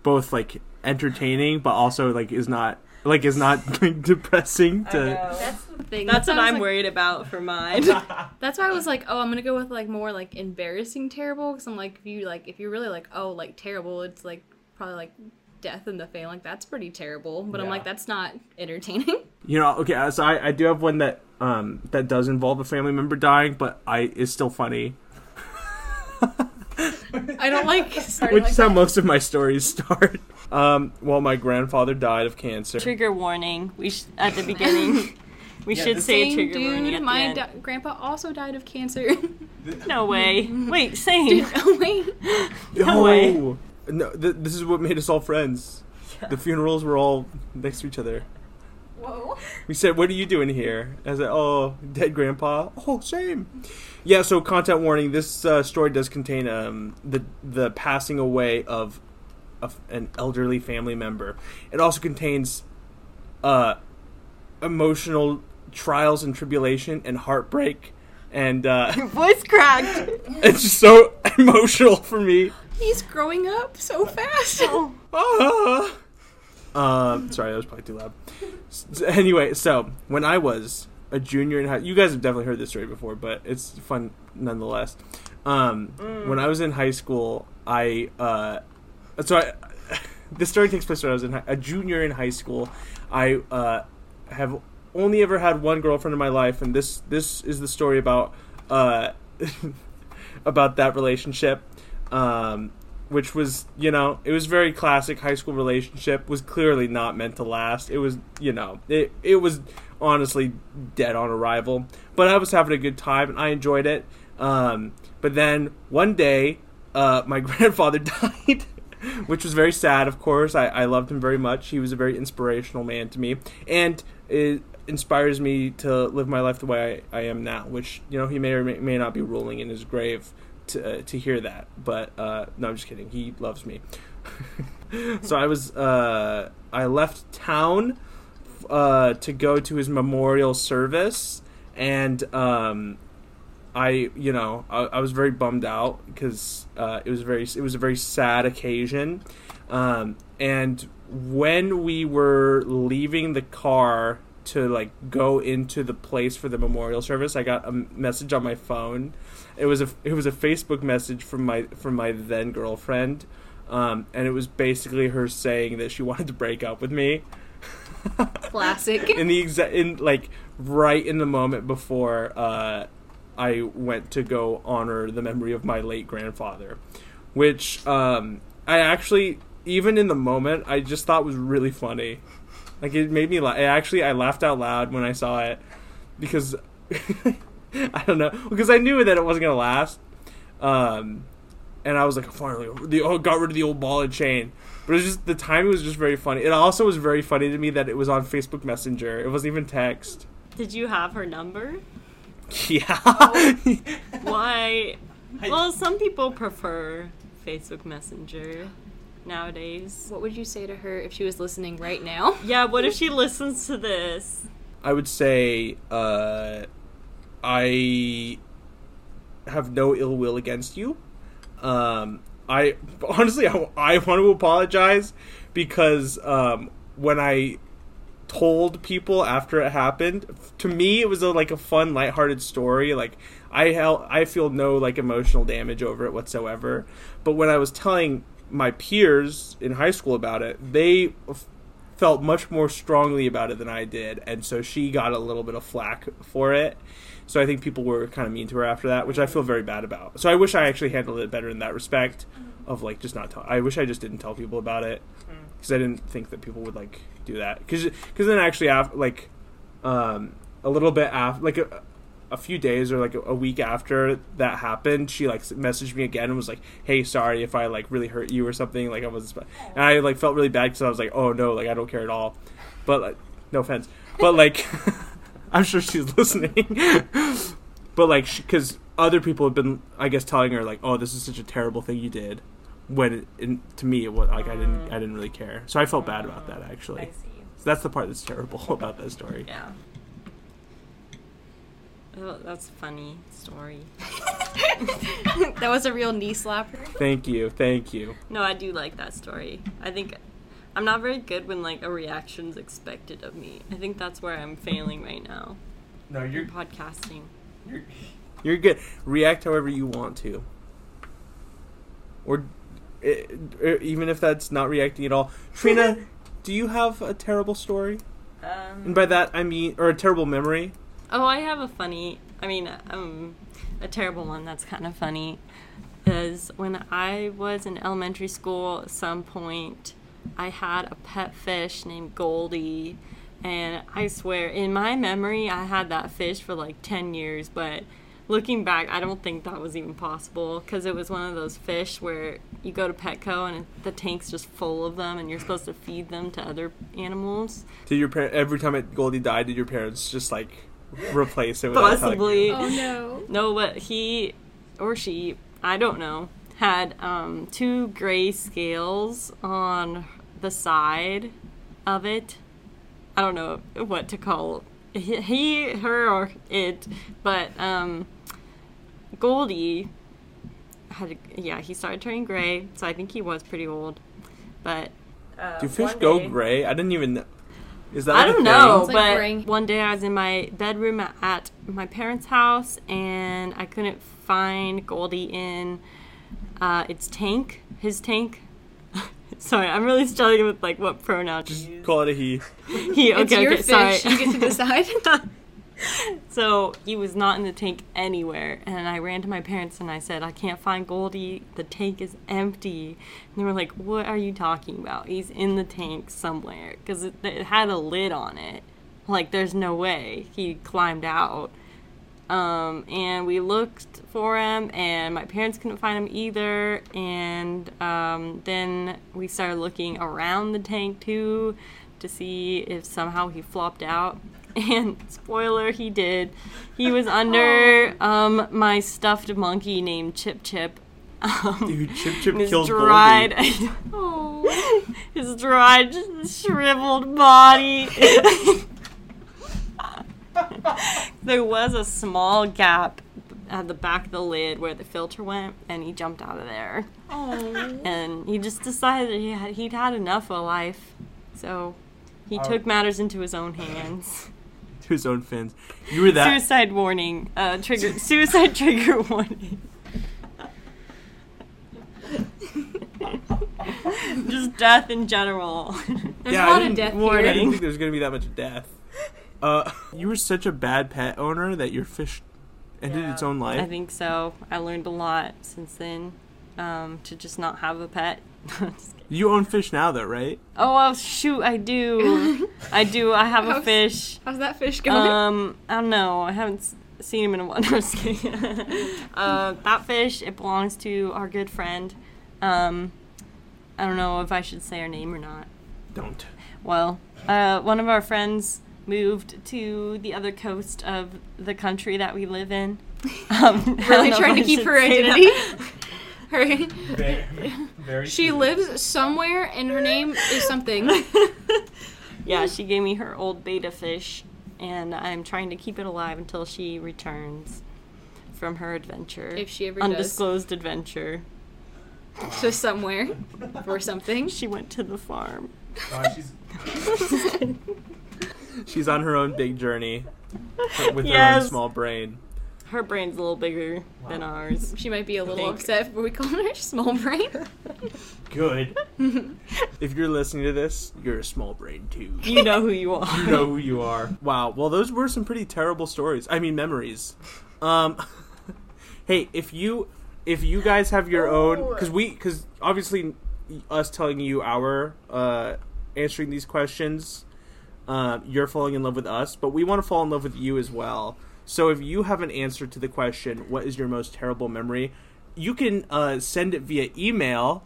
Speaker 1: both like entertaining but also like is not like is not like, depressing to
Speaker 3: That's the thing.
Speaker 2: that's
Speaker 3: why
Speaker 2: what
Speaker 3: I was,
Speaker 2: I'm
Speaker 3: like-
Speaker 2: worried about for mine.
Speaker 3: That's why I was like, oh, I'm gonna go with like more like embarrassing terrible because I'm like, if you like, if you're really like, oh, like terrible, it's like probably like death in the family. Like that's pretty terrible, but I'm
Speaker 1: Yeah.
Speaker 3: like, that's not entertaining.
Speaker 1: you know okay so I, I do have one that um that does involve a family member dying but I is still funny
Speaker 3: I don't like starting
Speaker 1: which
Speaker 3: like
Speaker 1: is how most of my stories start um well my grandfather died of cancer
Speaker 2: trigger warning. We sh- at the beginning, we
Speaker 4: Yeah,
Speaker 2: should
Speaker 4: this-
Speaker 2: say a
Speaker 3: Same
Speaker 2: trigger warning
Speaker 3: dude,
Speaker 2: at the
Speaker 3: my
Speaker 2: end.
Speaker 3: da- grandpa also died of cancer.
Speaker 2: no way. Wait, same.
Speaker 3: dude, oh wait.
Speaker 2: No way.
Speaker 1: No, th- this is what made us all friends. The funerals were all next to each other.
Speaker 3: Whoa.
Speaker 1: We said, "What are you doing here?" I said, "Oh, dead grandpa." Oh, same. Yeah. So, content warning: This uh, story does contain um, the the passing away of a f an elderly family member. It also contains uh, emotional trials and tribulation and heartbreak. And uh,
Speaker 2: Your voice cracked.
Speaker 1: it's just so emotional for me.
Speaker 3: He's growing up so fast.
Speaker 2: Oh.
Speaker 1: Ah. Um, sorry, that was probably too loud. S- s- anyway, so when I was a junior in high, you guys have definitely heard this story before, but it's fun nonetheless. Um, When I was in high school, I uh, so I this story takes place when I was in hi- a junior in high school. I uh, have only ever had one girlfriend in my life, and this this is the story about uh, about that relationship. Um, which was you know it was very classic high school relationship was clearly not meant to last it was you know it it was honestly dead on arrival but i was having a good time and i enjoyed it um but then one day uh my grandfather died which was very sad of course i i loved him very much he was a very inspirational man to me and it inspires me to live my life the way i, I am now which you know he may or may, may not be rolling in his grave to, uh, to hear that. But uh, no, I'm just kidding. He loves me. so I was uh, I left town uh, to go to his memorial service, and um, I you know I, I was very bummed out because uh, it was very it was a very sad occasion, um, and when we were leaving the car to like go into the place for the memorial service, I got a message on my phone it was a it was a Facebook message from my from my then girlfriend, um, and it was basically her saying that she wanted to break up with me.
Speaker 3: Classic.
Speaker 1: in the exact in like right in the moment before uh, I went to go honor the memory of my late grandfather, which um, I actually even in the moment I just thought was really funny. Like it made me laugh. Actually, I laughed out loud when I saw it because I don't know because I knew that it wasn't gonna last. Um, and I was like, finally, the oh, got rid of the old ball and chain. But it was just the timing was just very funny. It also was very funny to me that it was on Facebook Messenger. It wasn't even text.
Speaker 2: Did you have her number?
Speaker 1: Yeah.
Speaker 2: Why? Well, some people prefer Facebook Messenger nowadays.
Speaker 3: What would you say to her if she was listening right now?
Speaker 2: Yeah, what if she listens to this?
Speaker 1: I would say uh, I have no ill will against you. Um, I honestly, I, I want to apologize because um, when I told people after it happened, to me it was a, like a fun, lighthearted story. Like I held, I feel no like emotional damage over it whatsoever. But when I was telling my peers in high school about it, they f- felt much more strongly about it than I did, and so she got a little bit of flack for it. So I think people were kind of mean to her after that, which I feel very bad about. So I wish I actually handled it better in that respect, of like just not tell. I wish I just didn't tell people about it because I didn't think that people would like do that. Because then actually after like um, a little bit after like a, a few days or like a, a week after that happened, she like s- messaged me again and was like, "Hey, sorry if I like really hurt you or something." Like I was, and I like felt really bad because I was like, "Oh no, like I don't care at all," but like, no offense, but like I'm sure she's listening. but like because other people have been i guess telling her like oh this is such a terrible thing you did when it, in, to me it was like i didn't i didn't really care so i felt bad about that actually so that's the part that's terrible about that story
Speaker 2: Yeah. Oh, that's a funny story.
Speaker 3: that was a real knee slapper.
Speaker 1: thank you thank you
Speaker 2: No, I do like that story. I think I'm not very good when like a reaction's expected of me. I think that's where I'm failing right now.
Speaker 1: no
Speaker 2: You're podcasting.
Speaker 1: you're, you're good react however you want to or eh, eh, even if that's not reacting at all trina do you have a terrible story and
Speaker 2: Um,
Speaker 1: by that i mean or a terrible memory
Speaker 2: oh, I have a funny. I mean, um, a terrible one that's kind of funny is when I was in elementary school. At some point, I had a pet fish named Goldie, and I swear, in my memory, I had that fish for like ten years, but. looking back, I don't think that was even possible because it was one of those fish where you go to Petco and the tank's just full of them, and you're supposed to feed them to other animals.
Speaker 1: Did your par- every time it Goldie died, did your parents just like
Speaker 2: Oh,
Speaker 1: replace it? Without telling you?
Speaker 2: Possibly,
Speaker 3: Oh no.
Speaker 2: no, but he or she, I don't know, had um, two gray scales on the side of it. I don't know what to call he- he, her, or it, but um, Goldie had, yeah, he started turning gray, so I think he was pretty old. But uh,
Speaker 1: Do fish
Speaker 2: one
Speaker 1: go
Speaker 2: day-
Speaker 1: gray? I didn't even. know. Is that?
Speaker 2: I
Speaker 1: like a
Speaker 2: don't
Speaker 1: thing?
Speaker 2: know,
Speaker 3: It's like
Speaker 2: but
Speaker 3: graying.
Speaker 2: one day I was in my bedroom at my parents' house and I couldn't find Goldie in uh, its tank, his tank. Sorry, I'm really struggling with like what pronoun. to
Speaker 1: Just
Speaker 2: use.
Speaker 1: call it a he.
Speaker 2: He, okay,
Speaker 3: it's your
Speaker 2: okay,
Speaker 3: fish.
Speaker 2: sorry.
Speaker 3: You get to decide.
Speaker 2: so he was not in the tank anywhere, and I ran to my parents and I said, "I can't find Goldie. The tank is empty." And they were like, "What are you talking about? He's in the tank somewhere because it, it had a lid on it. Like, there's no way he climbed out." Um, and we looked for him, and my parents couldn't find him either. And um, then we started looking around the tank too to see if somehow he flopped out. And spoiler, he did. He was under um, my stuffed monkey named Chip Chip. Um,
Speaker 1: Dude, Chip Chip
Speaker 2: his
Speaker 1: killed
Speaker 2: dried,
Speaker 3: oh.
Speaker 2: his dried, shriveled body. there was a small gap at the back of the lid where the filter went, and he jumped out of there. And he just decided he had, he'd had enough of life, so he
Speaker 1: Oh.
Speaker 2: took matters into his own hands.
Speaker 1: to his own fins. You were that.
Speaker 2: Suicide warning, uh, trigger, suicide trigger warning. just death in general.
Speaker 3: There's
Speaker 1: Yeah, I
Speaker 3: a lot of
Speaker 1: didn't
Speaker 3: death
Speaker 1: I
Speaker 2: warn
Speaker 3: here.
Speaker 2: it.
Speaker 1: didn't think there was gonna be that much death. Uh, you were such a bad pet owner that your fish ended
Speaker 2: Yeah.
Speaker 1: its own life.
Speaker 2: I think so. I learned a lot since then um, to just not have a pet. Just kidding.
Speaker 1: you own fish now, though, right?
Speaker 2: oh, well, shoot, I do. I do. I have a
Speaker 3: How's-
Speaker 2: fish.
Speaker 3: How's that fish going?
Speaker 2: Um, I don't know. I haven't s- seen him in a while. No, I'm just kidding. uh, that fish, it belongs to our good friend. Um, I don't know if I should say her name or not.
Speaker 1: Don't.
Speaker 2: Well, uh, one of our friends moved to the other coast of the country that we live in. Um, I don't
Speaker 3: really
Speaker 2: know
Speaker 3: trying to
Speaker 2: if I
Speaker 3: keep
Speaker 2: should
Speaker 3: her
Speaker 2: say that.
Speaker 3: identity. Her,
Speaker 1: Very, very
Speaker 3: she lives somewhere, and her name is something.
Speaker 2: yeah, she gave me her old beta fish, and I'm trying to keep it alive until she returns from her adventure.
Speaker 3: If she ever does.
Speaker 2: Undisclosed adventure.
Speaker 3: So somewhere or something.
Speaker 2: She went to the farm.
Speaker 1: she's, she's on her own big journey with her own
Speaker 2: Yes.
Speaker 1: small brain.
Speaker 2: Her brain's a little bigger than ours.
Speaker 3: She might be a little
Speaker 2: think.
Speaker 3: upset if we call her small brain.
Speaker 1: Good. if you're listening to this, you're a small brain too.
Speaker 2: You know who you
Speaker 1: You
Speaker 2: are.
Speaker 1: know who you are. Wow. Well, those were some pretty terrible stories. I mean, memories. Um, hey, if you if you guys have your own, because we because obviously us telling you our uh, answering these questions, uh, you're falling in love with us, but we want to fall in love with you as well. So if you have an answer to the question, what is your most terrible memory? You can uh, send it via email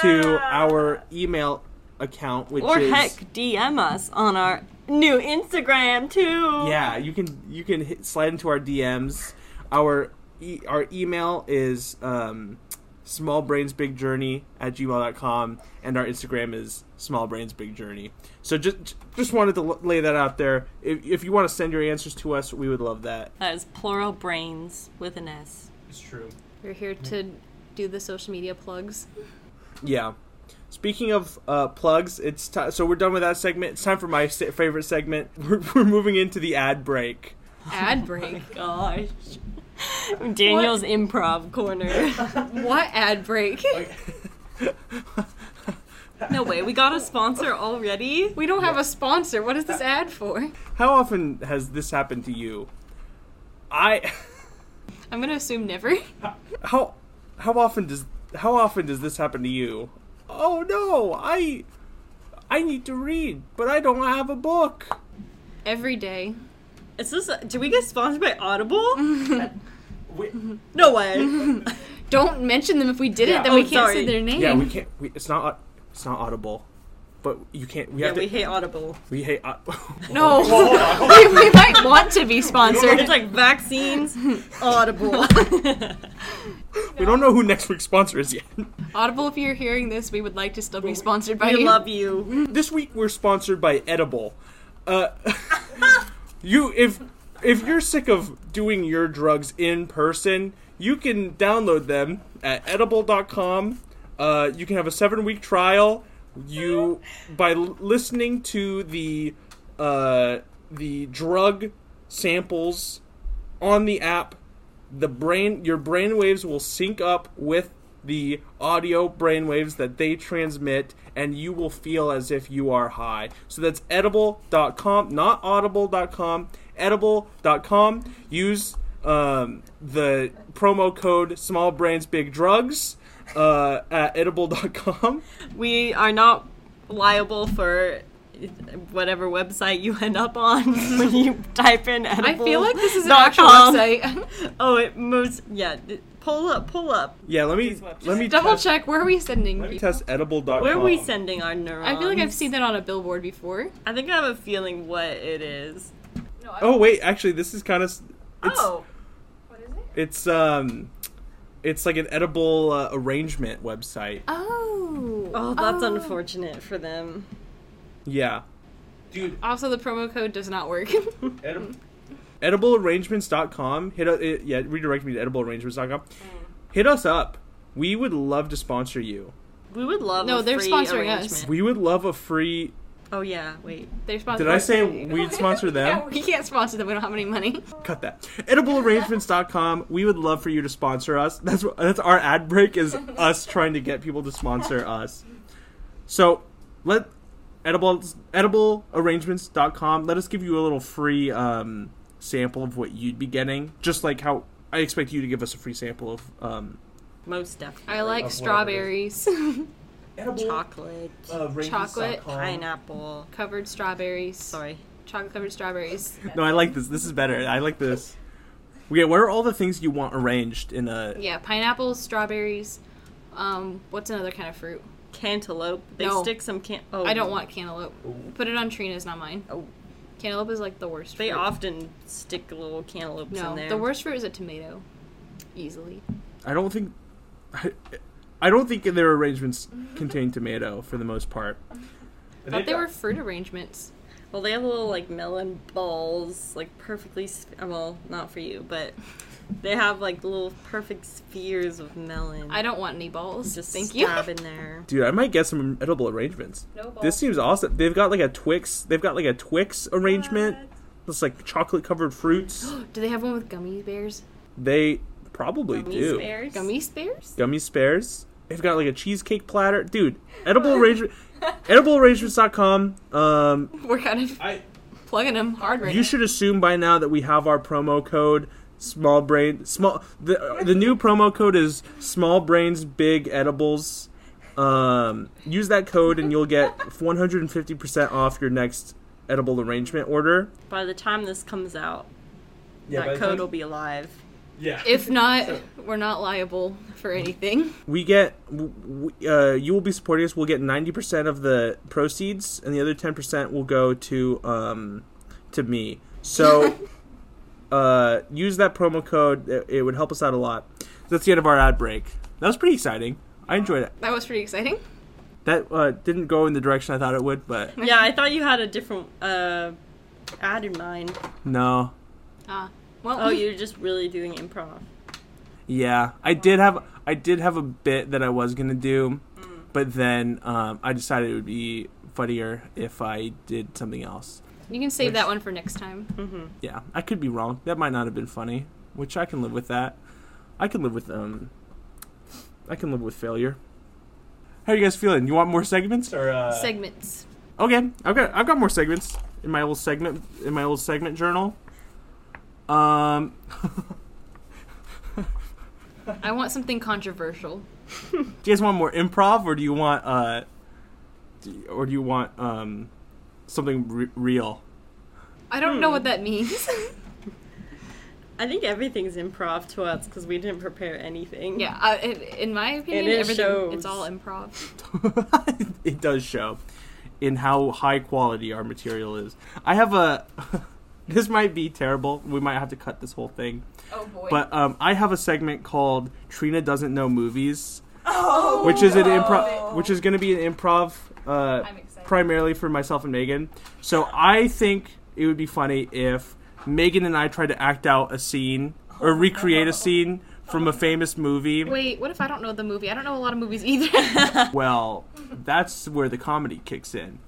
Speaker 1: to our email account, which
Speaker 2: Or
Speaker 1: is
Speaker 2: heck, DM us on our new Instagram too.
Speaker 1: Yeah, you can you can hit, slide into our DMs. Our e- our email is um, smallbrainsbigjourney at gmail.com, and our Instagram is smallbrainsbigjourney. So just just wanted to l- lay that out there. If, if you want to send your answers to us, we would love that.
Speaker 2: That is plural brains with an S.
Speaker 1: It's true.
Speaker 3: We're here to do the social media plugs.
Speaker 1: Yeah. Speaking of uh, plugs, it's ti so we're done with that segment. It's time for my se- favorite segment. We're, we're moving into the ad break.
Speaker 3: Ad break.
Speaker 2: Gosh. Daniel's improv corner.
Speaker 3: what ad break?
Speaker 2: No way, we got a sponsor already?
Speaker 3: We don't have a sponsor. What is this ad for?
Speaker 1: How often has this happened to you? I.
Speaker 3: I'm gonna assume never.
Speaker 1: how how often does how often does this happen to you? Oh no, I I need to read, but I don't have a book.
Speaker 3: Every day.
Speaker 2: Is this? Do we get sponsored by Audible? No way.
Speaker 3: don't mention them if we did
Speaker 1: Yeah.
Speaker 3: it, then
Speaker 2: Oh,
Speaker 3: we can't
Speaker 2: sorry.
Speaker 3: say their name.
Speaker 1: yeah,
Speaker 2: Mm-hmm.
Speaker 1: we can't. We, it's not au- it's not audible, but you can't. We
Speaker 2: yeah,
Speaker 1: have to.
Speaker 2: we hate Audible.
Speaker 1: we hate. au- Oh,
Speaker 3: No, we, we might want to be sponsored.
Speaker 2: It's like vaccines, Audible.
Speaker 1: We don't know who next week's sponsor is yet.
Speaker 3: Audible, if you're hearing this, we would like to still be sponsored by
Speaker 2: We
Speaker 3: you.
Speaker 2: love you.
Speaker 1: this week we're sponsored by Edible. Uh, you if if you're sick of doing your drugs in person, you can download them at edible.com. Uh, you can have a seven week trial. You by l- listening to the uh, the drug samples on the app, the brain your brain waves will sync up with the audio brain waves that they transmit and you will feel as if you are high. So that's edible.com, not audible.com, edible.com. Use um, the promo code small brains big drugs uh, at edible.com.
Speaker 2: We are not liable for whatever website you end up on when you type in edible.
Speaker 3: I feel like this is an
Speaker 2: dot
Speaker 3: actual
Speaker 2: com.
Speaker 3: website.
Speaker 2: Oh, it moves. Yeah, d- pull up, pull up.
Speaker 1: Yeah, let me
Speaker 4: Please watch.
Speaker 1: let me
Speaker 3: Double
Speaker 1: test,
Speaker 3: check. Where are we sending
Speaker 1: Let me
Speaker 3: people?
Speaker 1: test edible.com.
Speaker 2: Where are we sending our neurons?
Speaker 3: Oh. I feel like I've seen that on a billboard before.
Speaker 2: I think I have a feeling what it is.
Speaker 1: Oh wait, actually this is kind of it's
Speaker 2: oh,
Speaker 4: What is it?
Speaker 1: it's um it's like an edible uh, arrangement website.
Speaker 3: Oh.
Speaker 2: oh, that's unfortunate for them.
Speaker 1: Yeah.
Speaker 4: Dude,
Speaker 3: Oh. Also, the promo code does not work.
Speaker 4: Adam.
Speaker 1: ediblearrangements.com hit us it, yeah redirect me to ediblearrangements.com hit us up we would love to sponsor you
Speaker 2: We would love.
Speaker 3: No,
Speaker 2: a
Speaker 3: they're
Speaker 2: free
Speaker 3: sponsoring us.
Speaker 2: arrangement.
Speaker 1: we would love a free
Speaker 2: Oh yeah, wait.
Speaker 3: They're sponsored.
Speaker 1: did i
Speaker 3: by-
Speaker 1: say we'd sponsor them
Speaker 3: We can't sponsor them. We don't have any money.
Speaker 1: cut that ediblearrangements.com we would love for you to sponsor us that's what- that's our ad break is us trying to get people to sponsor us so let edible ediblearrangements.com let us give you a little free um, sample of what you'd be getting just like how i expect you to give us a free sample of um,
Speaker 2: Most definitely.
Speaker 3: I like
Speaker 1: Of whatever it
Speaker 3: strawberries,
Speaker 2: chocolate,
Speaker 3: Chocolate,
Speaker 2: pineapple.
Speaker 3: covered strawberries.
Speaker 2: Sorry.
Speaker 3: Chocolate covered strawberries.
Speaker 1: No, I like this. This is better. I like this. Okay, what are all the things you want arranged in a?
Speaker 3: Yeah, pineapples, strawberries. Um, what's another kind of fruit?
Speaker 2: Cantaloupe. They
Speaker 3: No.
Speaker 2: stick some can. Oh,
Speaker 3: I don't want cantaloupe. Put it on Trina's, not mine.
Speaker 2: Oh.
Speaker 3: Cantaloupe is like the worst.
Speaker 2: They
Speaker 3: fruit.
Speaker 2: often stick little cantaloupes
Speaker 3: No,
Speaker 2: in there.
Speaker 3: the worst fruit is a tomato. Easily.
Speaker 1: I don't think. I, I don't think their arrangements contain tomato for the most part.
Speaker 3: I thought they were fruit arrangements.
Speaker 2: Well, they have little like melon balls, like perfectly. Sp- well, not for you, but they have like little perfect spheres of melon.
Speaker 3: I don't want any balls.
Speaker 2: just
Speaker 3: Thank you.
Speaker 2: stab in there.
Speaker 1: Dude, I might get some edible arrangements.
Speaker 3: No balls.
Speaker 1: This seems awesome. They've got like a Twix. They've got like a Twix arrangement. It's like chocolate covered fruits.
Speaker 3: Do they have one with gummy bears?
Speaker 1: They probably
Speaker 2: Gummy
Speaker 1: do.
Speaker 2: spares.
Speaker 3: Gummy bears?
Speaker 1: Gummy spares. They've got like a cheesecake platter. Dude, edible arrangement. ediblearrangements.com. Um,
Speaker 3: We're kind of
Speaker 4: I.
Speaker 3: plugging them hard right
Speaker 1: You
Speaker 3: now.
Speaker 1: should assume by now that we have our promo code small brain small the uh, the new promo code is small brains big edibles. Um, use that code and you'll get 150% off your next edible arrangement order.
Speaker 2: By the time this comes out,
Speaker 4: Yeah,
Speaker 2: that code will be alive.
Speaker 4: Yeah.
Speaker 3: If not, we're not liable for anything.
Speaker 1: We get w- w- uh, you will be supporting us. We'll get 90% of the proceeds and the other 10% will go to um to me. So uh, use that promo code. It, it would help us out a lot. That's the end of our ad break. That was pretty exciting. I enjoyed it.
Speaker 3: That was pretty exciting.
Speaker 1: That uh, didn't go in the direction I thought it would, but
Speaker 2: yeah, I thought you had a different uh, ad in mind.
Speaker 1: no.
Speaker 3: Ah, well,
Speaker 2: Oh, you're just really doing improv.
Speaker 1: Yeah, I did have I did have a bit that I was gonna do, but then um, I decided it would be funnier if I did something else.
Speaker 3: you can save that one for next time.
Speaker 1: Uh.
Speaker 2: Mm-hmm.
Speaker 1: Yeah, I could be wrong. That might not have been funny, which I can live with. That I can live with. Um, I can live with failure. How are you guys feeling? You want more segments or? Uh...
Speaker 3: Segments.
Speaker 1: Okay, I've got I've got more segments in my old segment in my old segment journal. Um,
Speaker 3: I want something controversial.
Speaker 1: do you guys want more improv or do you want uh, do, or do you want um, something re- real?
Speaker 3: I don't
Speaker 1: Hmm.
Speaker 3: know what that means.
Speaker 2: I think everything's improv to us because we didn't prepare anything.
Speaker 3: yeah, I, in- in my opinion,
Speaker 2: And it
Speaker 3: everything
Speaker 2: shows.
Speaker 3: it's all improv.
Speaker 1: it does show in how high quality our material is. I have a This might be terrible. We might have to cut this whole thing.
Speaker 5: Oh boy.
Speaker 1: But um, I have a segment called Trina doesn't know movies,
Speaker 5: oh,
Speaker 1: which is an
Speaker 5: no.
Speaker 1: improv, which is going to be an improv, uh,
Speaker 5: I'm excited.
Speaker 1: primarily for myself and Megan. So I think it would be funny if Megan and I tried to act out a scene or recreate a scene from a famous movie.
Speaker 3: Wait, what if I don't know the movie? I don't know a lot of movies either.
Speaker 1: Well, that's where the comedy kicks in.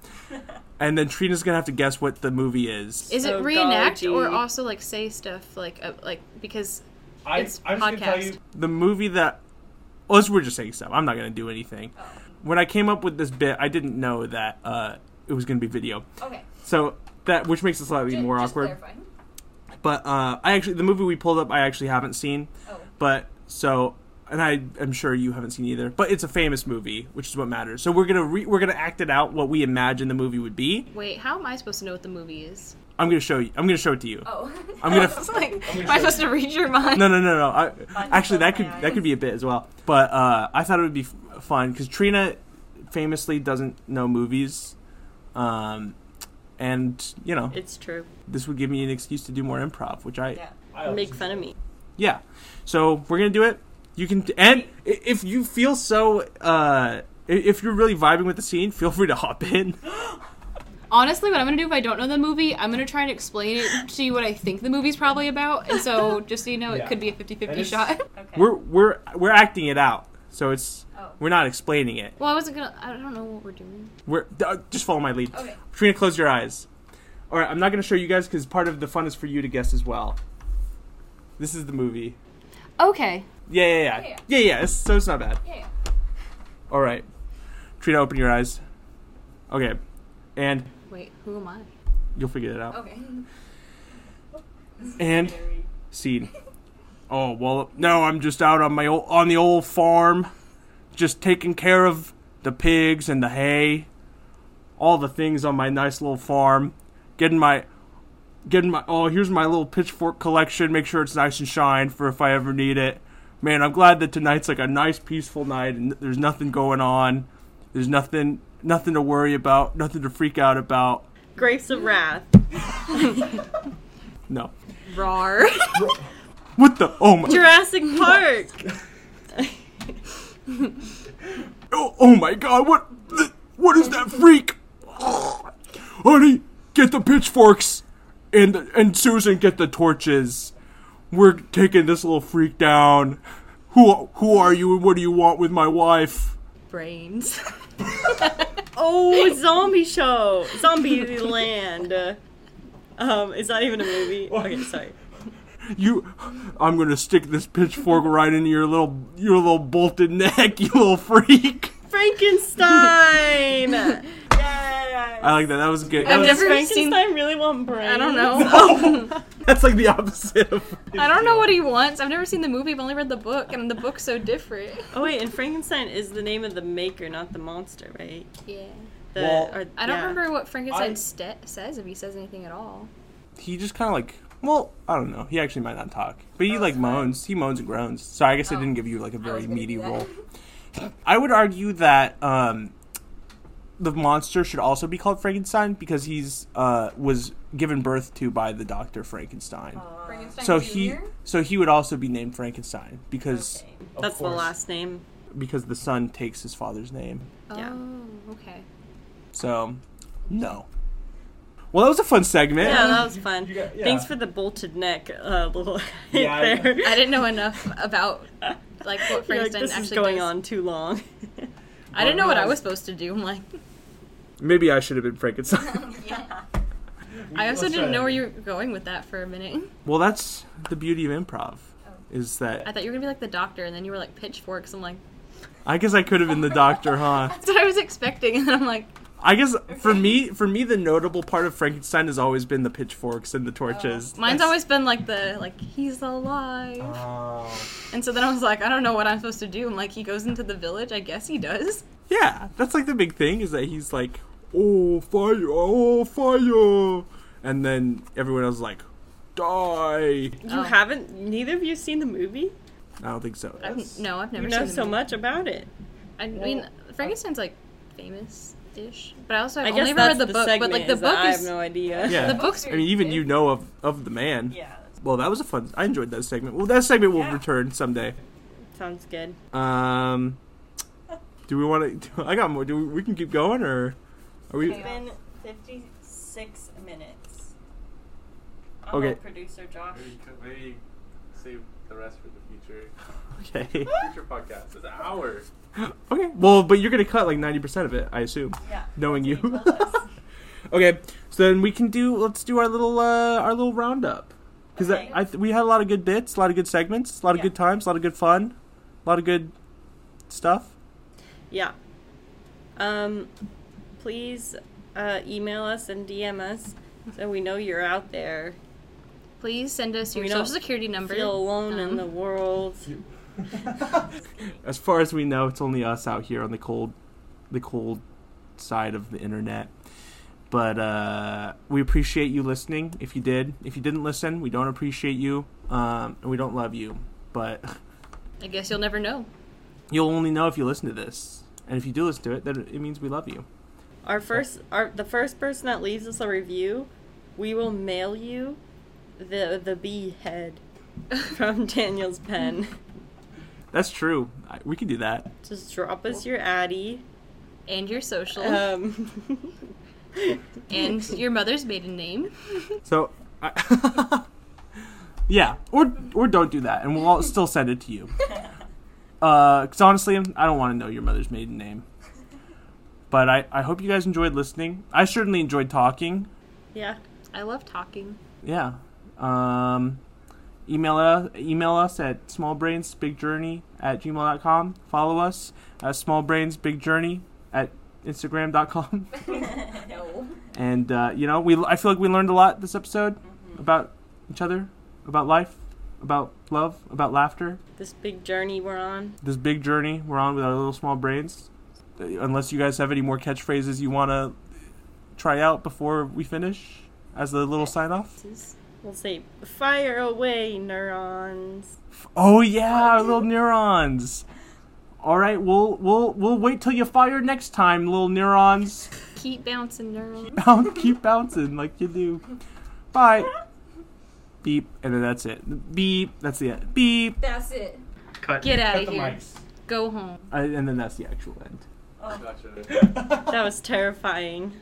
Speaker 1: And then Trina's gonna have to guess what the movie is.
Speaker 3: Is
Speaker 2: Oh,
Speaker 3: it reenact
Speaker 2: golly
Speaker 3: or
Speaker 2: gee.
Speaker 3: also like say stuff like uh, like because
Speaker 4: I,
Speaker 3: It's
Speaker 4: I'm just gonna tell you.
Speaker 3: podcast.
Speaker 1: the movie that well, this- we're just saying stuff. I'm not gonna do anything.
Speaker 5: Oh.
Speaker 1: When I came up with this bit, I didn't know that uh, it was gonna be video.
Speaker 5: Okay.
Speaker 1: So that which makes it slightly
Speaker 5: Ju-
Speaker 1: more
Speaker 5: just
Speaker 1: awkward.
Speaker 5: clarifying.
Speaker 1: But uh, I actually the movie we pulled up I actually haven't seen.
Speaker 5: Oh.
Speaker 1: But so and I am sure you haven't seen either. But it's a famous movie, which is what matters. So we're gonna re- we're gonna act it out what we imagine the movie would be.
Speaker 3: wait, how am I supposed to know what the movie is?
Speaker 1: I'm gonna show you. I'm gonna show it to you.
Speaker 5: Oh.
Speaker 1: I'm gonna.
Speaker 3: It's like,
Speaker 4: gonna
Speaker 3: am I
Speaker 4: show
Speaker 3: supposed to read your mind?
Speaker 1: no, no, no, no. I,
Speaker 5: Fun
Speaker 1: actually, that
Speaker 5: close
Speaker 1: could
Speaker 5: my eyes.
Speaker 1: that could be a bit as well. But uh, I thought it would be f- fun because Trina famously doesn't know movies, um, and you know
Speaker 2: It's true.
Speaker 1: this would give me an excuse to do more improv, which I yeah.
Speaker 5: yeah.
Speaker 4: I
Speaker 2: Make fun of me.
Speaker 1: So we're gonna do it. You can and i- if you feel so. Uh, i- if you're really vibing with the scene, feel free to hop in.
Speaker 3: Honestly, what I'm gonna do if I don't know the movie, I'm gonna try and explain it to you what I think the movie's probably about. And so, just so you know,
Speaker 4: Yeah.
Speaker 3: it could be a 50
Speaker 4: And
Speaker 3: 50
Speaker 4: it's-
Speaker 3: shot.
Speaker 5: Okay.
Speaker 1: We're we're we're acting it out, so it's
Speaker 5: Oh.
Speaker 1: we're not explaining it.
Speaker 3: Well, I wasn't gonna. I don't know what we're doing.
Speaker 1: We're uh, just follow my lead.
Speaker 5: Okay.
Speaker 1: Trina, close your eyes. All right, I'm not going to show you guys because part of the fun is for you to guess as well. This is the movie.
Speaker 3: Okay.
Speaker 1: Yeah, yeah, yeah,
Speaker 5: Yeah.
Speaker 1: yeah, yeah. It's, so it's not bad.
Speaker 5: Yeah.
Speaker 1: All right, Trina, open your eyes. Okay, and
Speaker 3: Wait, who am I?
Speaker 1: you'll figure it out.
Speaker 5: Okay.
Speaker 1: And scene. Oh well, no, I'm just out on my ol on the old farm, just taking care of the pigs and the hay, all the things on my nice little farm, getting my, getting my. Oh, here's my little pitchfork collection. Make sure it's nice and shined for if I ever need it. Man, I'm glad that tonight's like a nice, peaceful night, and there's nothing going on. There's nothing, nothing to worry about, nothing to freak out about.
Speaker 2: Grapes of Wrath.
Speaker 1: No.
Speaker 3: Rar.
Speaker 1: What the? Oh my.
Speaker 2: Jurassic Park.
Speaker 1: Oh, oh my god, what th- what is that freak? Honey, get the pitchforks and and Susan get the torches. We're taking this little freak down. Who who are you and what do you want with my wife?
Speaker 3: Brains.
Speaker 2: Oh, zombie show. Zombie Land. Um, is that even a movie? Okay, sorry.
Speaker 1: You I'm going to stick this pitchfork right into your little your little bolted neck, you little freak.
Speaker 2: Frankenstein.
Speaker 1: I like that. That was good. That
Speaker 3: I've
Speaker 1: was-
Speaker 3: never seen.
Speaker 2: Frankenstein really want brains.
Speaker 3: I don't know.
Speaker 1: that's like the opposite of
Speaker 3: I don't know what he wants. I've never seen the movie. I've only read the book, and the book's so different.
Speaker 2: Oh wait, and Frankenstein is the name of the maker, not the monster, right?
Speaker 3: Yeah.
Speaker 2: The,
Speaker 1: Well-
Speaker 2: or-
Speaker 3: I don't
Speaker 2: yeah.
Speaker 3: remember what Frankenstein
Speaker 4: I-
Speaker 3: st- says if he says anything at all.
Speaker 1: he just kind of like well i don't know he actually might not talk but
Speaker 5: Oh,
Speaker 1: he like moans he moans and groans so i guess i didn't give you like a very
Speaker 5: was gonna
Speaker 1: meaty
Speaker 5: do that.
Speaker 1: role i would argue that um the monster should also be called frankenstein because he's uh was given birth to by the doctor frankenstein
Speaker 2: Uh,
Speaker 5: Frankenstein
Speaker 1: so
Speaker 5: Jr.
Speaker 1: he so he would also be named frankenstein because
Speaker 5: Okay.
Speaker 4: Of
Speaker 2: That's the
Speaker 4: course.
Speaker 2: last name.
Speaker 1: because the son takes his father's name
Speaker 2: Yeah.
Speaker 3: Oh, okay.
Speaker 1: so no well that was a fun segment
Speaker 2: Yeah, that was fun.
Speaker 4: You got- yeah.
Speaker 2: Thanks for the bolted neck uh, little hit
Speaker 4: Yeah, I-
Speaker 2: there.
Speaker 3: I didn't know enough about like what
Speaker 2: You're like,
Speaker 3: Frankenstein
Speaker 2: this
Speaker 3: actually
Speaker 2: is going
Speaker 3: does.
Speaker 2: on too long.
Speaker 3: I didn't know what I was supposed to do. I'm like,
Speaker 1: maybe i should have been frankenstein
Speaker 5: yeah.
Speaker 3: I also
Speaker 4: Let's
Speaker 3: didn't
Speaker 4: try
Speaker 3: know
Speaker 4: it.
Speaker 3: where you were going with that for a minute.
Speaker 1: Well, that's the beauty of improv. Is that
Speaker 3: Oh. I thought you were gonna be like the doctor, and then you were like pitchforks. I'm like,
Speaker 1: I guess I could have been the doctor, huh?
Speaker 3: that's what I was expecting, and I'm like,
Speaker 1: I guess for me, for me, the notable part of Frankenstein has always been the pitchforks and the torches.
Speaker 3: mine's
Speaker 1: That's- Uh.
Speaker 3: always been like the like he's alive,
Speaker 4: Oh.
Speaker 3: and so then I was like, I don't know what I'm supposed to do. I'm like, he goes into the village. I guess he does.
Speaker 1: yeah. That's like the big thing is that he's like, oh fire, oh fire, and then everyone else is like, die.
Speaker 2: You
Speaker 3: Oh.
Speaker 2: haven't. Neither of you seen the movie.
Speaker 1: I don't think so.
Speaker 3: I've,
Speaker 4: That's-
Speaker 3: Uh, no, I've never
Speaker 2: you know
Speaker 3: seen the
Speaker 2: so
Speaker 3: movie.
Speaker 2: much about it.
Speaker 3: I mean, Frankenstein's like famous.
Speaker 2: dish.
Speaker 3: But I also
Speaker 2: I,
Speaker 3: I've
Speaker 2: guess
Speaker 3: only
Speaker 2: that's
Speaker 3: read the, book, but like the
Speaker 2: book
Speaker 3: book
Speaker 2: I
Speaker 3: is
Speaker 2: have no idea.
Speaker 1: Yeah.
Speaker 3: the book's
Speaker 1: I mean, even you know of of the man.
Speaker 2: Yeah,
Speaker 1: Well, that was a fun. I enjoyed that segment. Well, that segment will
Speaker 2: Yeah.
Speaker 1: return someday.
Speaker 2: sounds good.
Speaker 1: Um, do we want to? I got more. Do we, we can keep going or are we?
Speaker 2: It's been 56 minutes.
Speaker 1: Oh, Okay.
Speaker 2: Producer Josh.
Speaker 4: Maybe, maybe save the rest for the future
Speaker 1: Okay.
Speaker 4: future podcast. It's an hour.
Speaker 1: Okay. Well, but you're gonna cut like ninety percent of it, I assume,
Speaker 2: Yeah.
Speaker 1: knowing
Speaker 2: that's
Speaker 1: you.
Speaker 2: what he told us.
Speaker 1: okay. So then we can do. Let's do our little uh, our little roundup because
Speaker 2: Okay.
Speaker 1: I th- we had a lot of good bits, a lot of good segments, a lot of
Speaker 2: Yeah.
Speaker 1: good times, a lot of good fun, a lot of good stuff.
Speaker 2: yeah. Um, please uh, email us and DM us so we know you're out there.
Speaker 3: Please send us your
Speaker 2: We
Speaker 3: social
Speaker 2: don't
Speaker 3: security number.
Speaker 2: Feel alone in
Speaker 3: Um,
Speaker 2: the world.
Speaker 1: As far as we know, it's only us out here on the cold, the cold side of the internet. But uh, we appreciate you listening. If you did, if you didn't listen, we don't appreciate you, um, and we don't love you. But
Speaker 3: I guess you'll never know.
Speaker 1: you'll only know if you listen to this, and if you do listen to it, then it means we love you.
Speaker 2: Our first, our the first person that leaves us a review, we will mail you the the bee head from Daniel's pen.
Speaker 1: That's true. I, we can do that.
Speaker 2: Just drop us your Addy.
Speaker 3: And your social.
Speaker 2: Um,
Speaker 3: and your mother's maiden name.
Speaker 1: So, I, yeah, or or don't do that, and we'll all still send it to you. Because honestly, I don't want to know your mother's maiden name. But I, I hope you guys enjoyed listening. I certainly enjoyed talking.
Speaker 2: yeah.
Speaker 3: I love talking.
Speaker 1: Yeah. Um, email, us, email us at smallbrainsbigjourney at gmail.com. Follow us at smallbrainsbigjourney at instagram.com.
Speaker 2: No.
Speaker 1: and uh, you know we I feel like we learned a lot this episode about each other, about life, about love, about laughter.
Speaker 2: This big journey we're on.
Speaker 1: This big journey we're on with our little small brains. Uh, Unless you guys have any more catchphrases you want to try out before we finish as the little sign off.
Speaker 2: We'll say, fire away, neurons.
Speaker 1: Oh yeah, our little neurons. All right, we'll we'll we'll wait till you fire next time, little neurons.
Speaker 3: Keep bouncing neurons.
Speaker 1: Boun- keep bouncing like you do. Bye. Beep, and then that's it. Beep, that's the end. Beep.
Speaker 5: That's it.
Speaker 1: Cut.
Speaker 3: Get out of here. Go home.
Speaker 1: I, and then that's the actual end.
Speaker 4: Gotcha.
Speaker 2: That was terrifying.